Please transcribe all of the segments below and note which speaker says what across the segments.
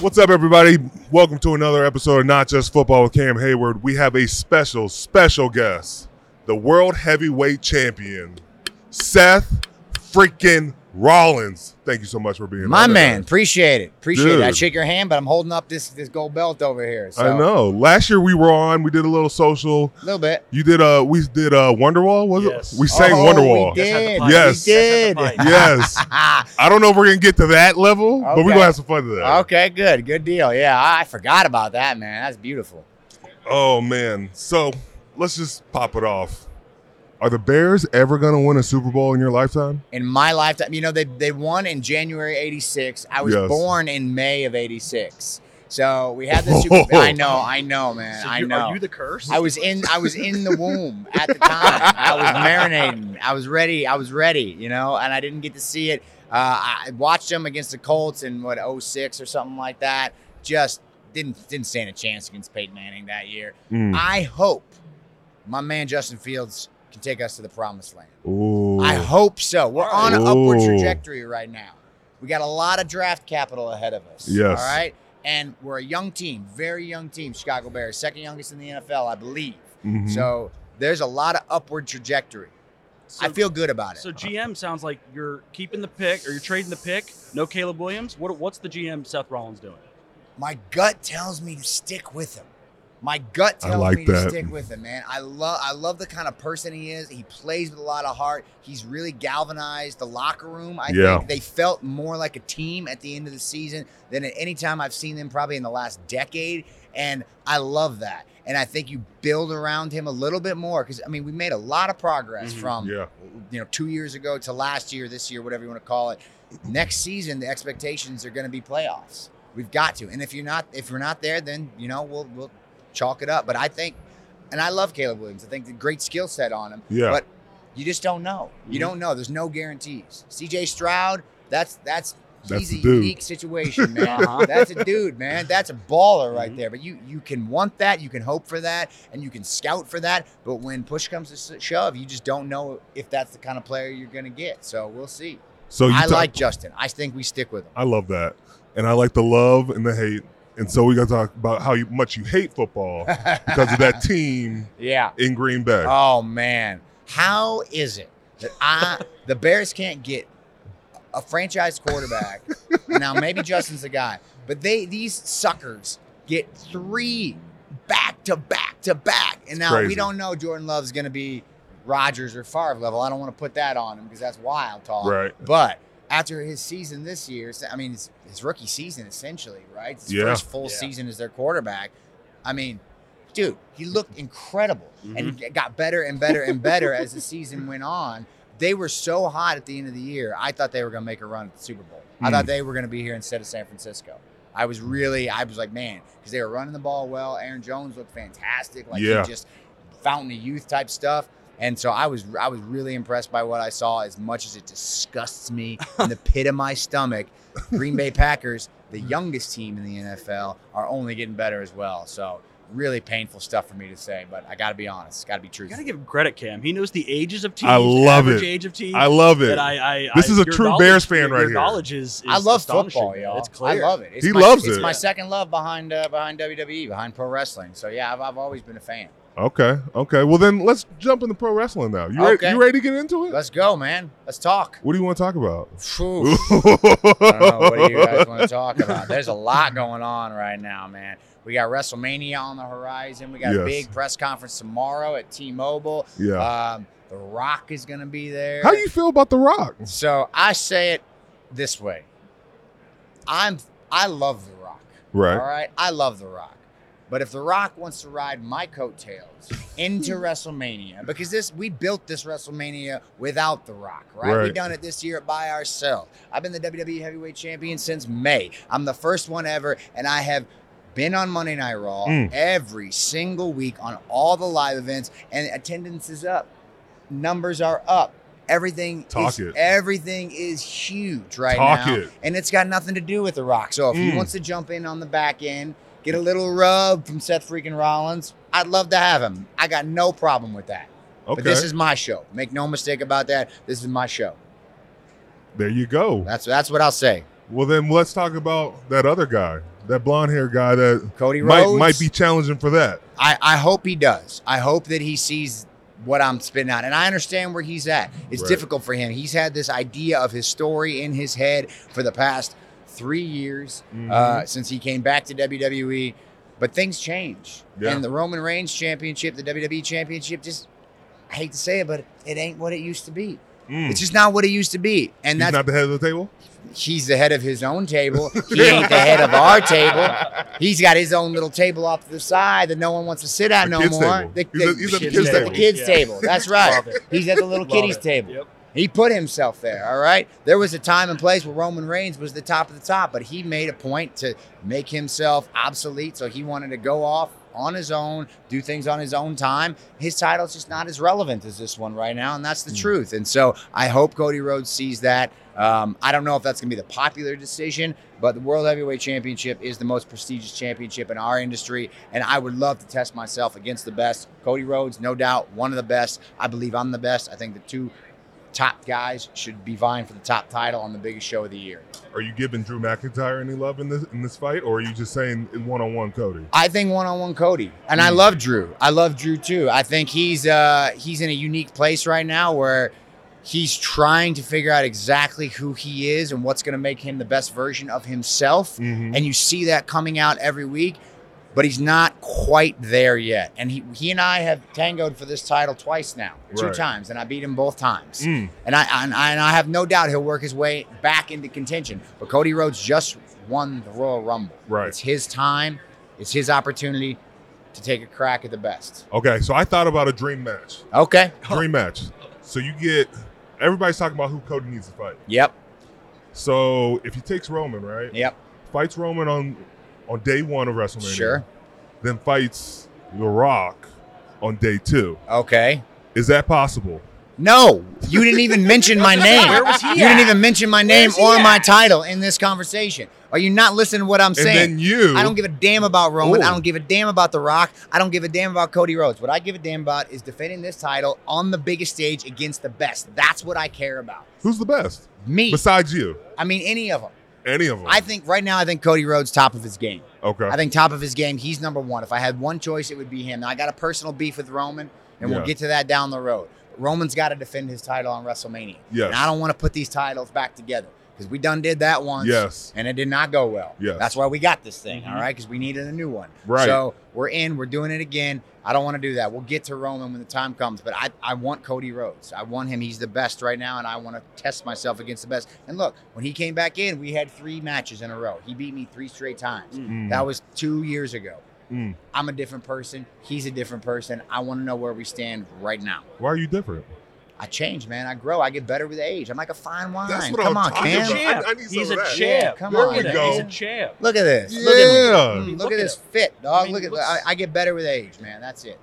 Speaker 1: What's up, everybody? Welcome to another episode of Not Just Football with Cam Hayward. We have a special, special guest, the world heavyweight champion, Seth freaking Rollins. Thank you so much for being
Speaker 2: My
Speaker 1: on,
Speaker 2: man, appreciate it. Appreciate it. I
Speaker 1: Dude.
Speaker 2: shake your hand, but I'm holding up this this gold belt over here. So
Speaker 1: I know. Last year we were on. We did a little social.
Speaker 2: A little bit.
Speaker 1: You did. Uh, we did. Uh, Wonderwall was
Speaker 3: Yes.
Speaker 1: it? We sang
Speaker 2: Oh,
Speaker 1: Wonderwall.
Speaker 2: We
Speaker 3: Guess how the
Speaker 2: did.
Speaker 3: pie-
Speaker 1: Yes.
Speaker 2: We did.
Speaker 3: guess how the pie-
Speaker 1: Yes. I don't know if we're gonna get to that level, but we're
Speaker 2: Okay.
Speaker 1: gonna have some fun today.
Speaker 2: okay, good. Good deal. Yeah, I I forgot about that, man. That's beautiful.
Speaker 1: Oh man. So let's just pop it off. Are the Bears ever gonna win a Super Bowl in your lifetime?
Speaker 2: In my lifetime, you know, they, they won in January 86. I was
Speaker 1: Yes.
Speaker 2: born in May of 86. So we had the Super Bowl. I know, I know, man.
Speaker 3: So
Speaker 2: I
Speaker 3: you-
Speaker 2: know.
Speaker 3: Are you the curse?
Speaker 2: I was in I was in the womb at the time. I was marinating. I was ready. I was ready, you know, and I didn't get to see it. Uh, I watched them against the Colts in what 06 or something like that. Just didn't didn't stand a chance against Peyton Manning that year.
Speaker 1: Mm.
Speaker 2: I hope my man Justin Fields can take us to the promised land.
Speaker 1: Ooh.
Speaker 2: I hope so. We're on an upward
Speaker 1: Ooh.
Speaker 2: trajectory right now. We got a lot of draft capital ahead of us.
Speaker 1: Yes.
Speaker 2: All right. And we're a young team, very young team, Chicago Bears, second youngest in the NFL, I believe.
Speaker 1: Mhm.
Speaker 2: So there's a lot of upward trajectory.
Speaker 3: So,
Speaker 2: I feel good about it.
Speaker 3: so GM sounds like you're keeping the pick or you're trading the pick. No Caleb Williams. What, what's the GM Seth Rollins doing?
Speaker 2: My gut tells me to stick with him. My gut
Speaker 1: I
Speaker 2: tells
Speaker 1: like
Speaker 2: me
Speaker 1: that.
Speaker 2: to stick with him, man. I love I love the kind of person he is. He plays with a lot of heart. He's really galvanized the locker room. I
Speaker 1: Yeah.
Speaker 2: think they felt more like a team at the end of the season than at any time I've seen them probably in the last decade. And I love that. And I think you build around him a little bit more because I mean we made a lot of progress
Speaker 3: Mhm.
Speaker 2: from
Speaker 1: yeah.
Speaker 2: you know two years ago to last year, this year, whatever you want to call it. Next season, the expectations are going to be playoffs. We've got to, and if you're not, if we're not there, then you know we'll we'll chalk it up. But I think, and I love Caleb Williams. I think the great skill set on him.
Speaker 1: Yeah.
Speaker 2: But you just don't know. You
Speaker 3: Mhm.
Speaker 1: Mm-hmm.
Speaker 2: don't know. There's no guarantees. C.J. Stroud, that's that's.
Speaker 1: That's
Speaker 2: He's a
Speaker 1: the dude.
Speaker 2: unique situation, man.
Speaker 3: Uh-huh.
Speaker 2: That's a dude, man. That's a baller right
Speaker 1: Mm-hmm.
Speaker 3: Mhm.
Speaker 2: there. But you you can want that, you can hope for that, and you can scout for that. But when push comes to s- shove, you just don't know if that's the kind of player you're going to get. So we'll see.
Speaker 1: so Oh, you
Speaker 2: I
Speaker 1: talk-
Speaker 2: like Justin. I think we stick with him.
Speaker 1: I love that, and I like the love and the hate. And so we got to talk about how you, much you hate football because of that team
Speaker 2: yeah.
Speaker 1: in Green Bay.
Speaker 2: Oh man, how is it that I the Bears can't get a franchise quarterback? now maybe Justin's the guy, but they these suckers get three back to back to back, and now
Speaker 1: crazy.
Speaker 2: we don't know Jordan Love's going to be Rodgers or Favre level. I don't want to put that on him because that's wild talk.
Speaker 1: right.
Speaker 2: But after his season this year, I mean, his, his rookie season essentially, right? His
Speaker 1: Yeah.
Speaker 2: first full
Speaker 3: Yeah.
Speaker 2: season as their quarterback. I mean, dude, he looked incredible
Speaker 1: Mm-hmm.
Speaker 2: and g- got better and better and better as the season went on. They were so hot at the end of the year. I thought they were going to make a run at the Super Bowl. I
Speaker 1: Mm.
Speaker 2: thought they were going to be here instead of San Francisco. I was really, I was like, man, because they were running the ball well. Aaron Jones looked fantastic, like
Speaker 1: Yeah.
Speaker 2: he just fountain of youth type stuff. And so I was I was really impressed by what I saw. As much as it disgusts me in the pit of my stomach, Green Bay Packers, the youngest team in the NFL, are only getting better as well. So really painful stuff for me to say, but I got to be honest, got to be
Speaker 3: You gotta
Speaker 2: truthful.
Speaker 3: give him credit, Cam. He knows the ages of teams.
Speaker 1: I
Speaker 3: the
Speaker 1: love
Speaker 3: average
Speaker 1: it.
Speaker 3: Age of teams.
Speaker 1: I love it.
Speaker 3: that I, I,
Speaker 1: This
Speaker 3: I-
Speaker 1: is a
Speaker 3: your
Speaker 1: true
Speaker 3: knowledge-
Speaker 1: Bears fan
Speaker 3: your-
Speaker 1: right
Speaker 3: your
Speaker 1: here.
Speaker 3: Knowledge is, is
Speaker 2: I love
Speaker 3: astonishing,
Speaker 2: football,
Speaker 3: man.
Speaker 2: y'all.
Speaker 3: It's clear.
Speaker 2: I love it. It's
Speaker 1: He
Speaker 2: my,
Speaker 1: loves
Speaker 2: It's
Speaker 1: it.
Speaker 2: my second love behind uh, behind WWE, behind pro wrestling. So yeah, I've, I've always been a fan.
Speaker 1: okay. Okay. Well, then let's jump into pro wrestling now. You, ready,
Speaker 2: Okay.
Speaker 1: you ready to get into it?
Speaker 2: Let's go, man. Let's talk.
Speaker 1: What do you want to talk about?
Speaker 2: Phew. I don't know. What do you guys want to talk about? There's a lot going on right now, man. We got WrestleMania on the horizon. We got
Speaker 1: Yes.
Speaker 2: a big press conference tomorrow at T-Mobile.
Speaker 1: yeah.
Speaker 2: Um, the Rock is going to be there.
Speaker 1: How do you feel about The Rock?
Speaker 2: so I say it this way. I'm I love The Rock.
Speaker 1: Right.
Speaker 2: All right, I love The Rock. But if The Rock wants to ride my coattails into
Speaker 1: Hmm.
Speaker 2: WrestleMania, because this we built this WrestleMania without The Rock, right? we
Speaker 1: Right.
Speaker 2: done it this year by ourselves. I've been the WWE Heavyweight Champion since May. I'm the first one ever, and I have been on Monday Night Raw
Speaker 1: Mm.
Speaker 2: every single week on all the live events, and attendance is up. Numbers are up. Everything
Speaker 1: Talk
Speaker 2: is,
Speaker 1: it.
Speaker 2: everything is huge right
Speaker 1: Talk
Speaker 2: now
Speaker 1: it.
Speaker 2: and it's got nothing to do with The Rock. So if
Speaker 1: Mm.
Speaker 2: he wants to jump in on the back end, get a little rub from Seth freaking Rollins, I'd love to have him. I got no problem with that.
Speaker 1: Okay.
Speaker 2: But this is my show. Make no mistake about that. This is my show.
Speaker 1: there you go.
Speaker 2: That's that's what I'll say.
Speaker 1: Well, then let's talk about that other guy, that blonde hair guy that
Speaker 2: Cody
Speaker 1: might
Speaker 2: Rhodes
Speaker 1: might be challenging for that.
Speaker 2: I, I hope he does. I hope that he sees what I'm spitting out. And I understand where he's at. It's
Speaker 1: Right.
Speaker 2: difficult for him. He's had this idea of his story in his head for the past three years
Speaker 1: Mm-hmm.
Speaker 2: uh, since he came back to WWE. But things change.
Speaker 1: Yeah.
Speaker 2: And the Roman Reigns Championship, the WWE Championship, just, I hate to say it, but it ain't what it used to be.
Speaker 1: Mm.
Speaker 2: It's just not what it used to be. And
Speaker 1: He's
Speaker 2: that's
Speaker 1: not the head of the table.
Speaker 2: he's the head of his own table. He ain't the head of our table. He's got his own little table off to the side that no one wants to sit at
Speaker 1: The
Speaker 2: no
Speaker 1: kids'
Speaker 2: more.
Speaker 1: table.
Speaker 2: The-
Speaker 1: He's at-
Speaker 2: the-
Speaker 1: he's at the
Speaker 2: he's
Speaker 1: kids'
Speaker 2: at the
Speaker 1: table.
Speaker 2: kids'
Speaker 3: Yeah.
Speaker 2: table. That's right.
Speaker 3: Love it.
Speaker 2: He's at the little
Speaker 3: Love
Speaker 2: kiddies'
Speaker 3: it.
Speaker 2: table.
Speaker 3: Yep.
Speaker 2: He put himself there. All right. There was a time and place where Roman Reigns was the top of the top, but he made a point to make himself obsolete. So he wanted to go off on his own, do things on his own time. His title's just not as relevant as this one right now, and that's the
Speaker 1: Mm.
Speaker 2: truth. And so I hope Cody Rhodes sees that. Um, I don't know if that's going to be the popular decision, but the World Heavyweight Championship is the most prestigious championship in our industry, and I would love to test myself against the best. Cody Rhodes, no doubt, one of the best. I believe I'm the best. I think the two top guys should be vying for the top title on the biggest show of the year.
Speaker 1: Are you giving Drew McIntyre any love in this in this fight, or are you just saying one on one, Cody?
Speaker 2: I think one on one Cody, and I love Drew. I love Drew too. I think he's uh, he's in a unique place right now where he's trying to figure out exactly who he is and what's going to make him the best version of himself.
Speaker 1: Mhm.
Speaker 2: and you see that coming out every week but he's not quite there yet and he, he and i have tangoed for this title twice now two
Speaker 1: Right.
Speaker 2: times and i beat him both times
Speaker 1: Mm.
Speaker 2: and, I, and i and i have no doubt he'll work his way back into contention but cody rhodes just won the royal rumble
Speaker 1: Right.
Speaker 2: it's his time it's his opportunity to take a crack at the best
Speaker 1: Okay, so I thought about a dream match.
Speaker 2: okay
Speaker 1: Dream match. So you get everybody's talking about who Cody needs to fight.
Speaker 2: yep
Speaker 1: So if he takes Roman, right?
Speaker 2: yep
Speaker 1: Fights Roman on on day one of WrestleMania.
Speaker 2: sure
Speaker 1: Then fights The Rock on day two.
Speaker 2: okay
Speaker 1: Is that possible?
Speaker 2: no you didn't even mention my name
Speaker 3: Where was he
Speaker 2: you didn't
Speaker 3: at?
Speaker 2: even mention my name
Speaker 4: Where's he
Speaker 2: or my
Speaker 4: at?
Speaker 2: title in this conversation are you not listening to what i'm
Speaker 1: And
Speaker 2: saying
Speaker 1: then you.
Speaker 2: I don't give a damn about Roman.
Speaker 1: Ooh.
Speaker 2: I don't give a damn about The Rock. I don't give a damn about Cody Rhodes. What I give a damn about is defending this title on the biggest stage against the best. That's what I care about.
Speaker 1: who's the best
Speaker 2: Me.
Speaker 1: besides you?
Speaker 2: I mean, any of them.
Speaker 1: Any of them?
Speaker 2: I think right now, I think Cody Rhodes top of his game.
Speaker 1: okay.
Speaker 2: I think top of his game. He's number one. If I had one choice, it would be him. Now I got a personal beef with Roman, and
Speaker 1: Yeah.
Speaker 2: we'll get to that down the road. Roman's got to defend his title on WrestleMania.
Speaker 1: Yes.
Speaker 2: And I don't want to put these titles back together because we done did that once.
Speaker 1: yes.
Speaker 2: and it did not go well.
Speaker 1: Yes.
Speaker 2: That's why we got this thing, all
Speaker 3: Mhm.
Speaker 2: right? Because we needed a new one.
Speaker 1: Right.
Speaker 2: So we're in, we're doing it again. I don't want to do that. We'll get to Roman when the time comes, but I, I want Cody Rhodes. I want him. He's the best right now, and I want to test myself against the best. And look, when he came back in, we had three matches in a row. He beat me three straight times.
Speaker 1: Mm.
Speaker 2: That was two years ago.
Speaker 1: Mm.
Speaker 2: I'm a different person. He's a different person. I want to know where we stand right now.
Speaker 1: Why are you different?
Speaker 2: I change, man. I grow. I get better with age. I'm like a fine wine.
Speaker 1: That's what
Speaker 2: Come
Speaker 1: I'm
Speaker 2: on,
Speaker 1: talking
Speaker 2: Cam.
Speaker 1: about.
Speaker 3: Champ.
Speaker 1: I- I need some
Speaker 3: He's
Speaker 1: of
Speaker 3: a
Speaker 1: that.
Speaker 2: Yeah,
Speaker 3: champ.
Speaker 2: come on.
Speaker 3: Look at
Speaker 2: There
Speaker 3: him.
Speaker 1: you
Speaker 3: He's a
Speaker 1: go.
Speaker 3: champ.
Speaker 2: Look at this.
Speaker 1: Yeah.
Speaker 2: Look at me. Mm, Look,
Speaker 3: Look
Speaker 2: at
Speaker 3: at
Speaker 2: this fit, dog.
Speaker 3: I mean,
Speaker 2: look at
Speaker 3: looks-
Speaker 2: I, I get better with age, man. That's it.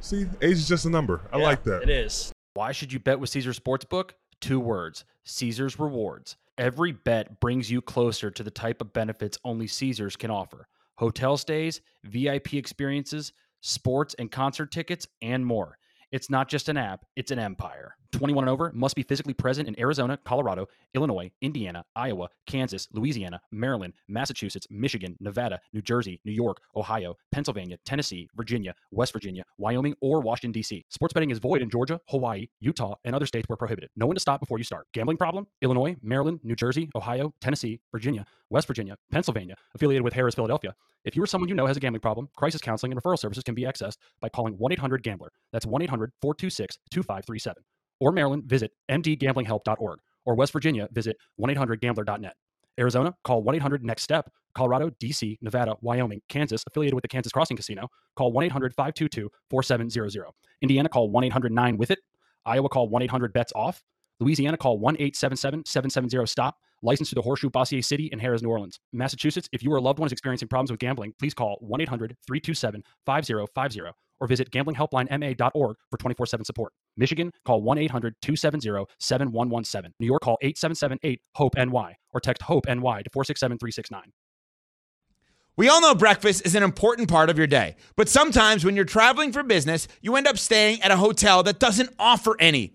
Speaker 1: See, age is just a number. I
Speaker 3: Yeah,
Speaker 1: like that.
Speaker 3: It is.
Speaker 5: Why should you bet with Caesars Sportsbook? Two words Caesars Rewards. Every bet brings you closer to the type of benefits only Caesars can offer hotel stays, VIP experiences, sports and concert tickets, and more. It's not just an app, it's an empire. 21 and over must be physically present in Arizona, Colorado, Illinois, Indiana, Iowa, Kansas, Louisiana, Maryland, Massachusetts, Michigan, Nevada, New Jersey, New York, Ohio, Pennsylvania, Tennessee, Virginia, West Virginia, Wyoming, or Washington, D.C. Sports betting is void in Georgia, Hawaii, Utah, and other states where prohibited. Know when to stop before you start. Gambling problem? Illinois, Maryland, New Jersey, Ohio, Tennessee, Virginia, West Virginia, Pennsylvania, affiliated with Harris, Philadelphia. If you or someone you know has a gambling problem, crisis counseling and referral services can be accessed by calling 1 800 Gambler. That's 1 800 426 2537. Or Maryland, visit mdgamblinghelp.org. Or West Virginia, visit 1 800 gambler.net. Arizona, call 1 800 Next Step. Colorado, DC, Nevada, Wyoming, Kansas, affiliated with the Kansas Crossing Casino, call 1 800 522 4700. Indiana, call 1 800 9 with it. Iowa, call 1 800 bets off. Louisiana, call 1 877 770 stop. Licensed to the Horseshoe Bossier City and Harris, New Orleans. Massachusetts, if you or a loved one is experiencing problems with gambling, please call 1 800 327 5050 or visit gamblinghelplinema.org for 24 7 support. Michigan, call 1 800 270 7117. New York, call 8778 HOPE NY or text HOPE NY to 467 369.
Speaker 6: We all know breakfast is an important part of your day, but sometimes when you're traveling for business, you end up staying at a hotel that doesn't offer any.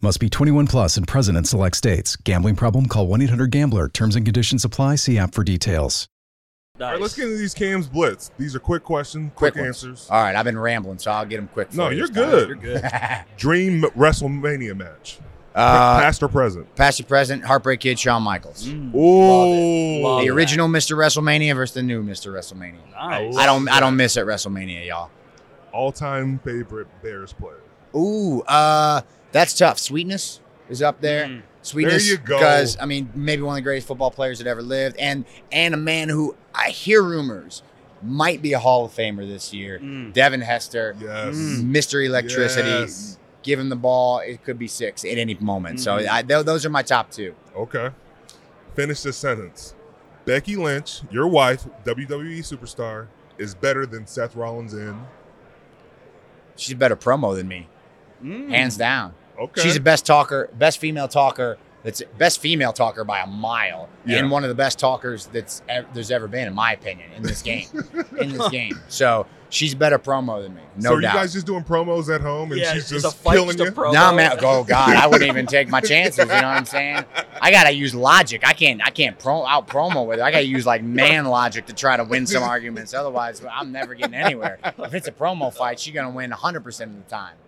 Speaker 7: Must be 21 plus and present in select states. Gambling problem? Call 1 800 GAMBLER. Terms and conditions apply. See app for details.
Speaker 1: All right, let's get into these cams blitz. These are quick questions, quick,
Speaker 2: Quick ones.
Speaker 1: answers.
Speaker 2: All right, I've been rambling, so I'll get them quick.
Speaker 1: No,
Speaker 2: for you
Speaker 1: you're
Speaker 2: this time.
Speaker 1: good. You're good. Dream WrestleMania match.
Speaker 2: Uh,
Speaker 1: Past or present?
Speaker 2: past your present, Heartbreak Kid, Shawn Michaels.
Speaker 3: Mm.
Speaker 1: Oh,
Speaker 3: Love
Speaker 2: the
Speaker 3: that.
Speaker 2: original Mr. WrestleMania versus the new Mr. WrestleMania.
Speaker 3: Nice. Mm,
Speaker 2: I don't I don't miss at WrestleMania, y'all.
Speaker 1: all-time favorite Bears player.
Speaker 2: Ooh, uh, that's tough. Sweetness is up there.
Speaker 3: Mm.
Speaker 2: Sweetness,
Speaker 1: There you go.
Speaker 2: because I mean, maybe one of the greatest football players that ever lived, and and a man who I hear rumors might be a Hall of Famer this year.
Speaker 3: Mm.
Speaker 2: Devin Hester,
Speaker 1: Yes.
Speaker 2: Mr. Electricity.
Speaker 1: Mm. Yes. Mm-hmm.
Speaker 2: Give him the ball; it could be six at any moment. So
Speaker 3: Mhm.
Speaker 2: I, th- those are my top two.
Speaker 1: Okay. Finish this sentence. Becky Lynch, your wife, WWE superstar, is better than Seth Rollins in.
Speaker 2: She's a better promo than me,
Speaker 3: Mm.
Speaker 2: hands down.
Speaker 1: Okay.
Speaker 2: She's the best talker, best female talker. That's best female talker by a mile,
Speaker 1: Yeah.
Speaker 2: and one of the best talkers that's ev- there's ever been, in my opinion, in this game. in this game, so she's a better promo than me, no
Speaker 1: so are
Speaker 2: doubt.
Speaker 1: you guys just doing promos at home and
Speaker 3: Yeah,
Speaker 1: she's
Speaker 3: it's
Speaker 1: just
Speaker 3: a fight,
Speaker 1: killing
Speaker 3: just a
Speaker 1: you?
Speaker 3: promo.
Speaker 2: no, man. Oh God, I wouldn't even take my chances. You know what I'm saying? I gotta use logic. I can't. I can't pro out promo with it. I gotta use like man logic to try to win some arguments. Otherwise, I'm never getting anywhere. If it's a promo fight, she's gonna win 100 percent of the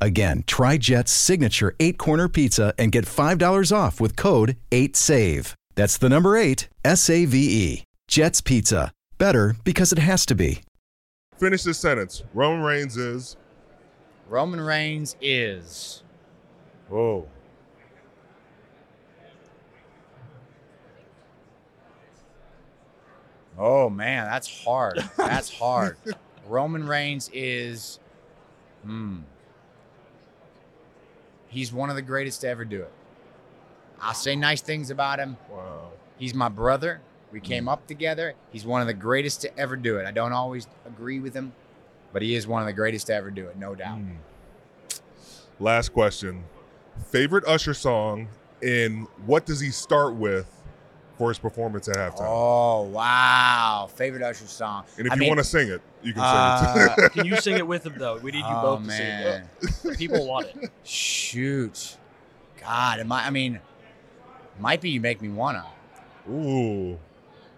Speaker 7: Again, try Jet's signature eight corner pizza and get $5 off with code 8SAVE. That's the number eight, S A V E. Jet's Pizza. Better because it has to be.
Speaker 1: Finish this sentence. Roman Reigns is.
Speaker 2: Roman Reigns is
Speaker 1: Oh.
Speaker 2: Oh man, that's hard. That's hard. Roman Reigns is, hmm, he's one of the greatest to ever do it. I'll say nice things about him.
Speaker 1: Wow.
Speaker 2: He's my brother. We came up together. He's one of the greatest to ever do it. I don't always agree with him, but he is one of the greatest to ever do it, no
Speaker 1: Mm.
Speaker 2: doubt.
Speaker 1: Hmm. Last question. Favorite Usher song and what does he start with for his performance at halftime?
Speaker 2: Oh wow, favorite Usher song.
Speaker 1: and if
Speaker 2: I
Speaker 1: you
Speaker 2: mean,
Speaker 1: want to sing it, you can sing it.
Speaker 2: uh,
Speaker 3: Can you sing it with him though? We need you
Speaker 2: oh,
Speaker 3: both to
Speaker 2: man.
Speaker 3: sing it. People want it.
Speaker 2: Shoot. God, am I I mean, might be you make me wanna.
Speaker 3: Uh,
Speaker 1: Ooh.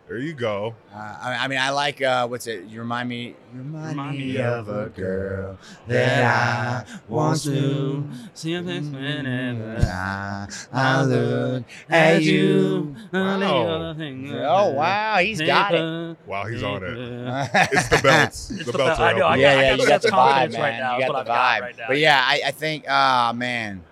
Speaker 1: There you go.
Speaker 2: Uh, I, I mean, I like uh, what's it? You remind me, remind,
Speaker 3: Remind
Speaker 2: me
Speaker 3: me
Speaker 2: of
Speaker 3: of
Speaker 2: a girl that I once knew.
Speaker 3: See you next
Speaker 2: Mm.
Speaker 3: whenever
Speaker 2: I, I look at you.
Speaker 1: Wow.
Speaker 2: Oh wow, he's got it.
Speaker 1: Wow, he's on it. It's the belts. the
Speaker 3: Mm-hmm. the
Speaker 1: belts
Speaker 3: bell- I
Speaker 1: are
Speaker 3: know, Oh, I
Speaker 1: helping.
Speaker 3: got-
Speaker 2: yeah, yeah,
Speaker 3: the
Speaker 2: you got
Speaker 3: sense
Speaker 2: the
Speaker 3: of confidence
Speaker 2: vibe, man.
Speaker 3: right now,
Speaker 2: you
Speaker 3: is
Speaker 2: got
Speaker 3: what
Speaker 2: the
Speaker 3: I've got
Speaker 2: vibe.
Speaker 3: right now.
Speaker 2: But yeah, I, I think, ah, man,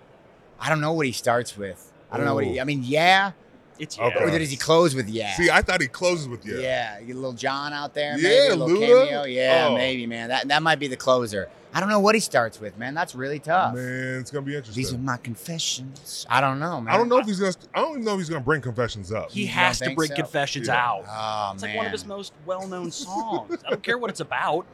Speaker 2: I don't know what he starts with. I don't know what he.
Speaker 1: Ooh.
Speaker 2: I mean, yeah.
Speaker 3: It's
Speaker 1: Okay.
Speaker 2: Or
Speaker 3: yeah.
Speaker 2: does he close with yeah?
Speaker 1: See, I thought he closes with yeah.
Speaker 2: Yeah, you get a little John out there. Maybe,
Speaker 1: Yeah,
Speaker 2: a little
Speaker 1: Lua.
Speaker 2: cameo. Yeah,
Speaker 1: Oh.
Speaker 2: maybe, man. That that might be the closer. I don't know what he starts with, man. That's really tough.
Speaker 1: Man, it's gonna be
Speaker 2: These are
Speaker 1: interesting.
Speaker 2: my confessions. I don't know, man.
Speaker 1: I don't know if he's gonna. I don't even know if he's gonna bring confessions up.
Speaker 3: He
Speaker 2: You
Speaker 3: has
Speaker 2: don't
Speaker 3: to
Speaker 2: think
Speaker 3: bring
Speaker 2: so?
Speaker 3: confessions
Speaker 1: Yeah.
Speaker 3: out.
Speaker 2: Oh
Speaker 3: It's
Speaker 2: man.
Speaker 3: like one of his most well-known songs. I don't care what it's about.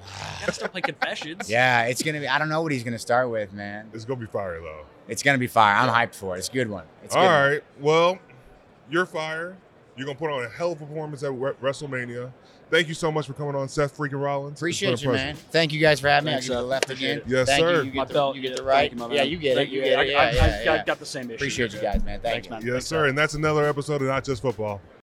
Speaker 3: Gotta still play confessions.
Speaker 2: yeah, it's gonna be. I don't know what he's gonna start with, man.
Speaker 1: It's gonna be fire though.
Speaker 2: It's gonna be fire. I'm hyped for it. It's a good one. It's a
Speaker 1: All
Speaker 2: good one.
Speaker 1: right. Well, you're fire. You're gonna put on a hell of a performance at Re- WrestleMania. Thank you so much for coming on, Seth freaking Rollins. It's been a
Speaker 2: Appreciate you,
Speaker 1: pleasure.
Speaker 2: man. Thank you guys for having
Speaker 3: Thanks,
Speaker 2: me. I give you
Speaker 3: Seth.
Speaker 2: the left
Speaker 3: Appreciate
Speaker 2: again.
Speaker 3: it.
Speaker 1: Yes,
Speaker 2: Thank
Speaker 1: sir.
Speaker 2: You, you get
Speaker 3: My
Speaker 2: the,
Speaker 3: belt.
Speaker 2: You get
Speaker 3: yeah,
Speaker 2: the
Speaker 3: thank
Speaker 2: right.
Speaker 3: you, my
Speaker 2: yeah,
Speaker 3: man.
Speaker 2: you get
Speaker 3: Thank
Speaker 2: it. You get it.
Speaker 3: I,
Speaker 2: Yeah,
Speaker 3: I,
Speaker 2: yeah,
Speaker 3: I
Speaker 2: yeah.
Speaker 3: got the same issue.
Speaker 2: Appreciate you guys, man. Thank
Speaker 3: Thanks,
Speaker 2: you.
Speaker 3: man.
Speaker 1: Yes, sir. And that's another episode of Not Just Football.